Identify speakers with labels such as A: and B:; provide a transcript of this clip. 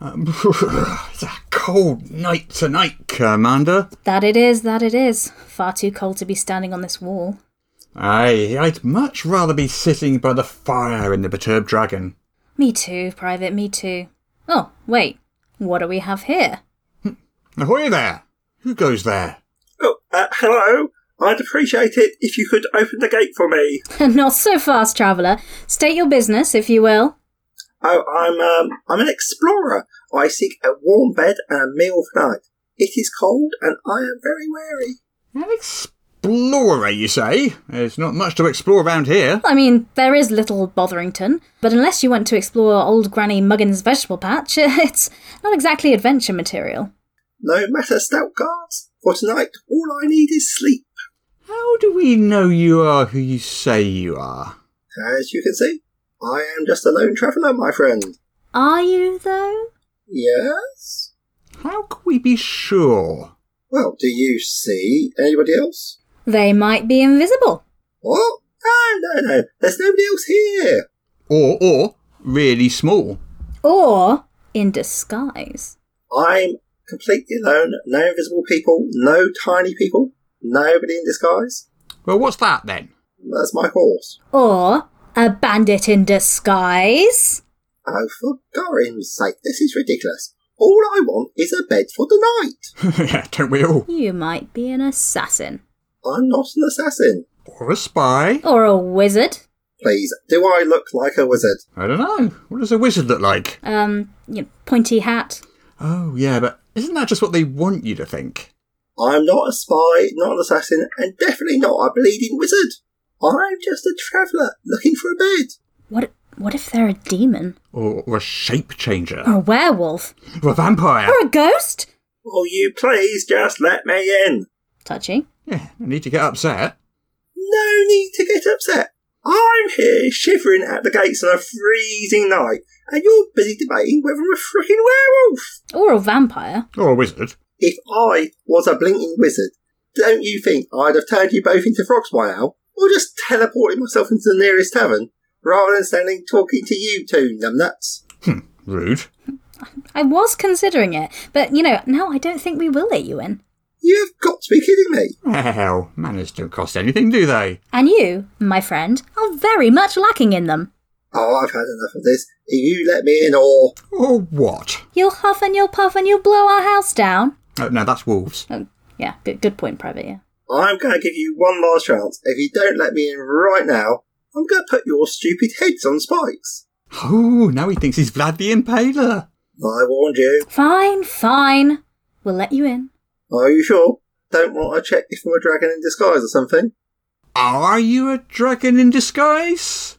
A: Um, it's a cold night tonight, Commander.
B: That it is, that it is. Far too cold to be standing on this wall.
A: Aye, I'd much rather be sitting by the fire in the perturbed dragon.
B: Me too, Private, me too. Oh, wait. What do we have here?
A: Ahoy there! Who goes there?
C: Oh, uh, hello. I'd appreciate it if you could open the gate for me.
B: Not so fast, traveller. State your business, if you will.
C: Oh, I'm um, I'm an explorer. I seek a warm bed and a meal for night. It is cold, and I am very weary.
A: An explorer, you say? There's not much to explore around here.
B: I mean, there is little Botherington, but unless you want to explore old Granny Muggin's vegetable patch, it's not exactly adventure material.
C: No matter, stout guards. For tonight, all I need is sleep.
A: How do we know you are who you say you are?
C: As you can see, I am just a lone traveller, my friend.
B: Are you, though?
C: Yes.
A: How can we be sure?
C: Well, do you see anybody else?
B: They might be invisible.
C: What? Ah, No, no, no. There's nobody else here.
A: Or, or, really small.
B: Or in disguise.
C: I'm completely alone. No invisible people. No tiny people. Nobody in disguise.
A: Well, what's that then?
C: That's my horse.
B: Or a bandit in disguise.
C: Oh, for Gorin's sake, this is ridiculous. All I want is a bed for the night.
A: yeah, don't we all?
B: You might be an assassin.
C: I'm not an assassin.
A: Or a spy?
B: Or a wizard.
C: Please, do I look like a wizard?
A: I don't know. What does a wizard look like?
B: Um, you know, pointy hat.
A: Oh, yeah, but isn't that just what they want you to think?
C: I'm not a spy, not an assassin, and definitely not a bleeding wizard. I'm just a traveller looking for a bed.
B: What? What if they're a demon
A: Or, or a shape changer?
B: or a werewolf
A: Or a vampire?
B: or a ghost?
C: Will you please just let me in?
B: Touchy.
A: Yeah, no need to get upset.
C: No need to get upset. I'm here shivering at the gates on a freezing night, and you're busy debating whether I'm a freaking werewolf.
B: Or a vampire.
A: Or a wizard.
C: If I was a blinking wizard, don't you think I'd have turned you both into frogs by now? Or just teleported myself into the nearest tavern, rather than standing talking to you two numbnuts?
A: Hmm, rude.
B: I was considering it, but you know, now I don't think we will let you in.
C: You've got to be kidding me.
A: Well, manners don't cost anything, do they?
B: And you, my friend, are very much lacking in them.
C: Oh, I've had enough of this. If you let me in or...
A: Or what?
B: You'll huff and you'll puff and you'll blow our house down.
A: Oh, no, that's wolves.
B: Oh, yeah, good, good point, Private, yeah.
C: I'm going to give you one last chance. If you don't let me in right now, I'm going to put your stupid heads on spikes.
A: Oh, now he thinks he's Vlad the Impaler.
C: I warned you.
B: Fine, fine. We'll let you in.
C: Are you sure? Don't want to check if I'm a dragon in disguise or something.
A: Are you a dragon in disguise?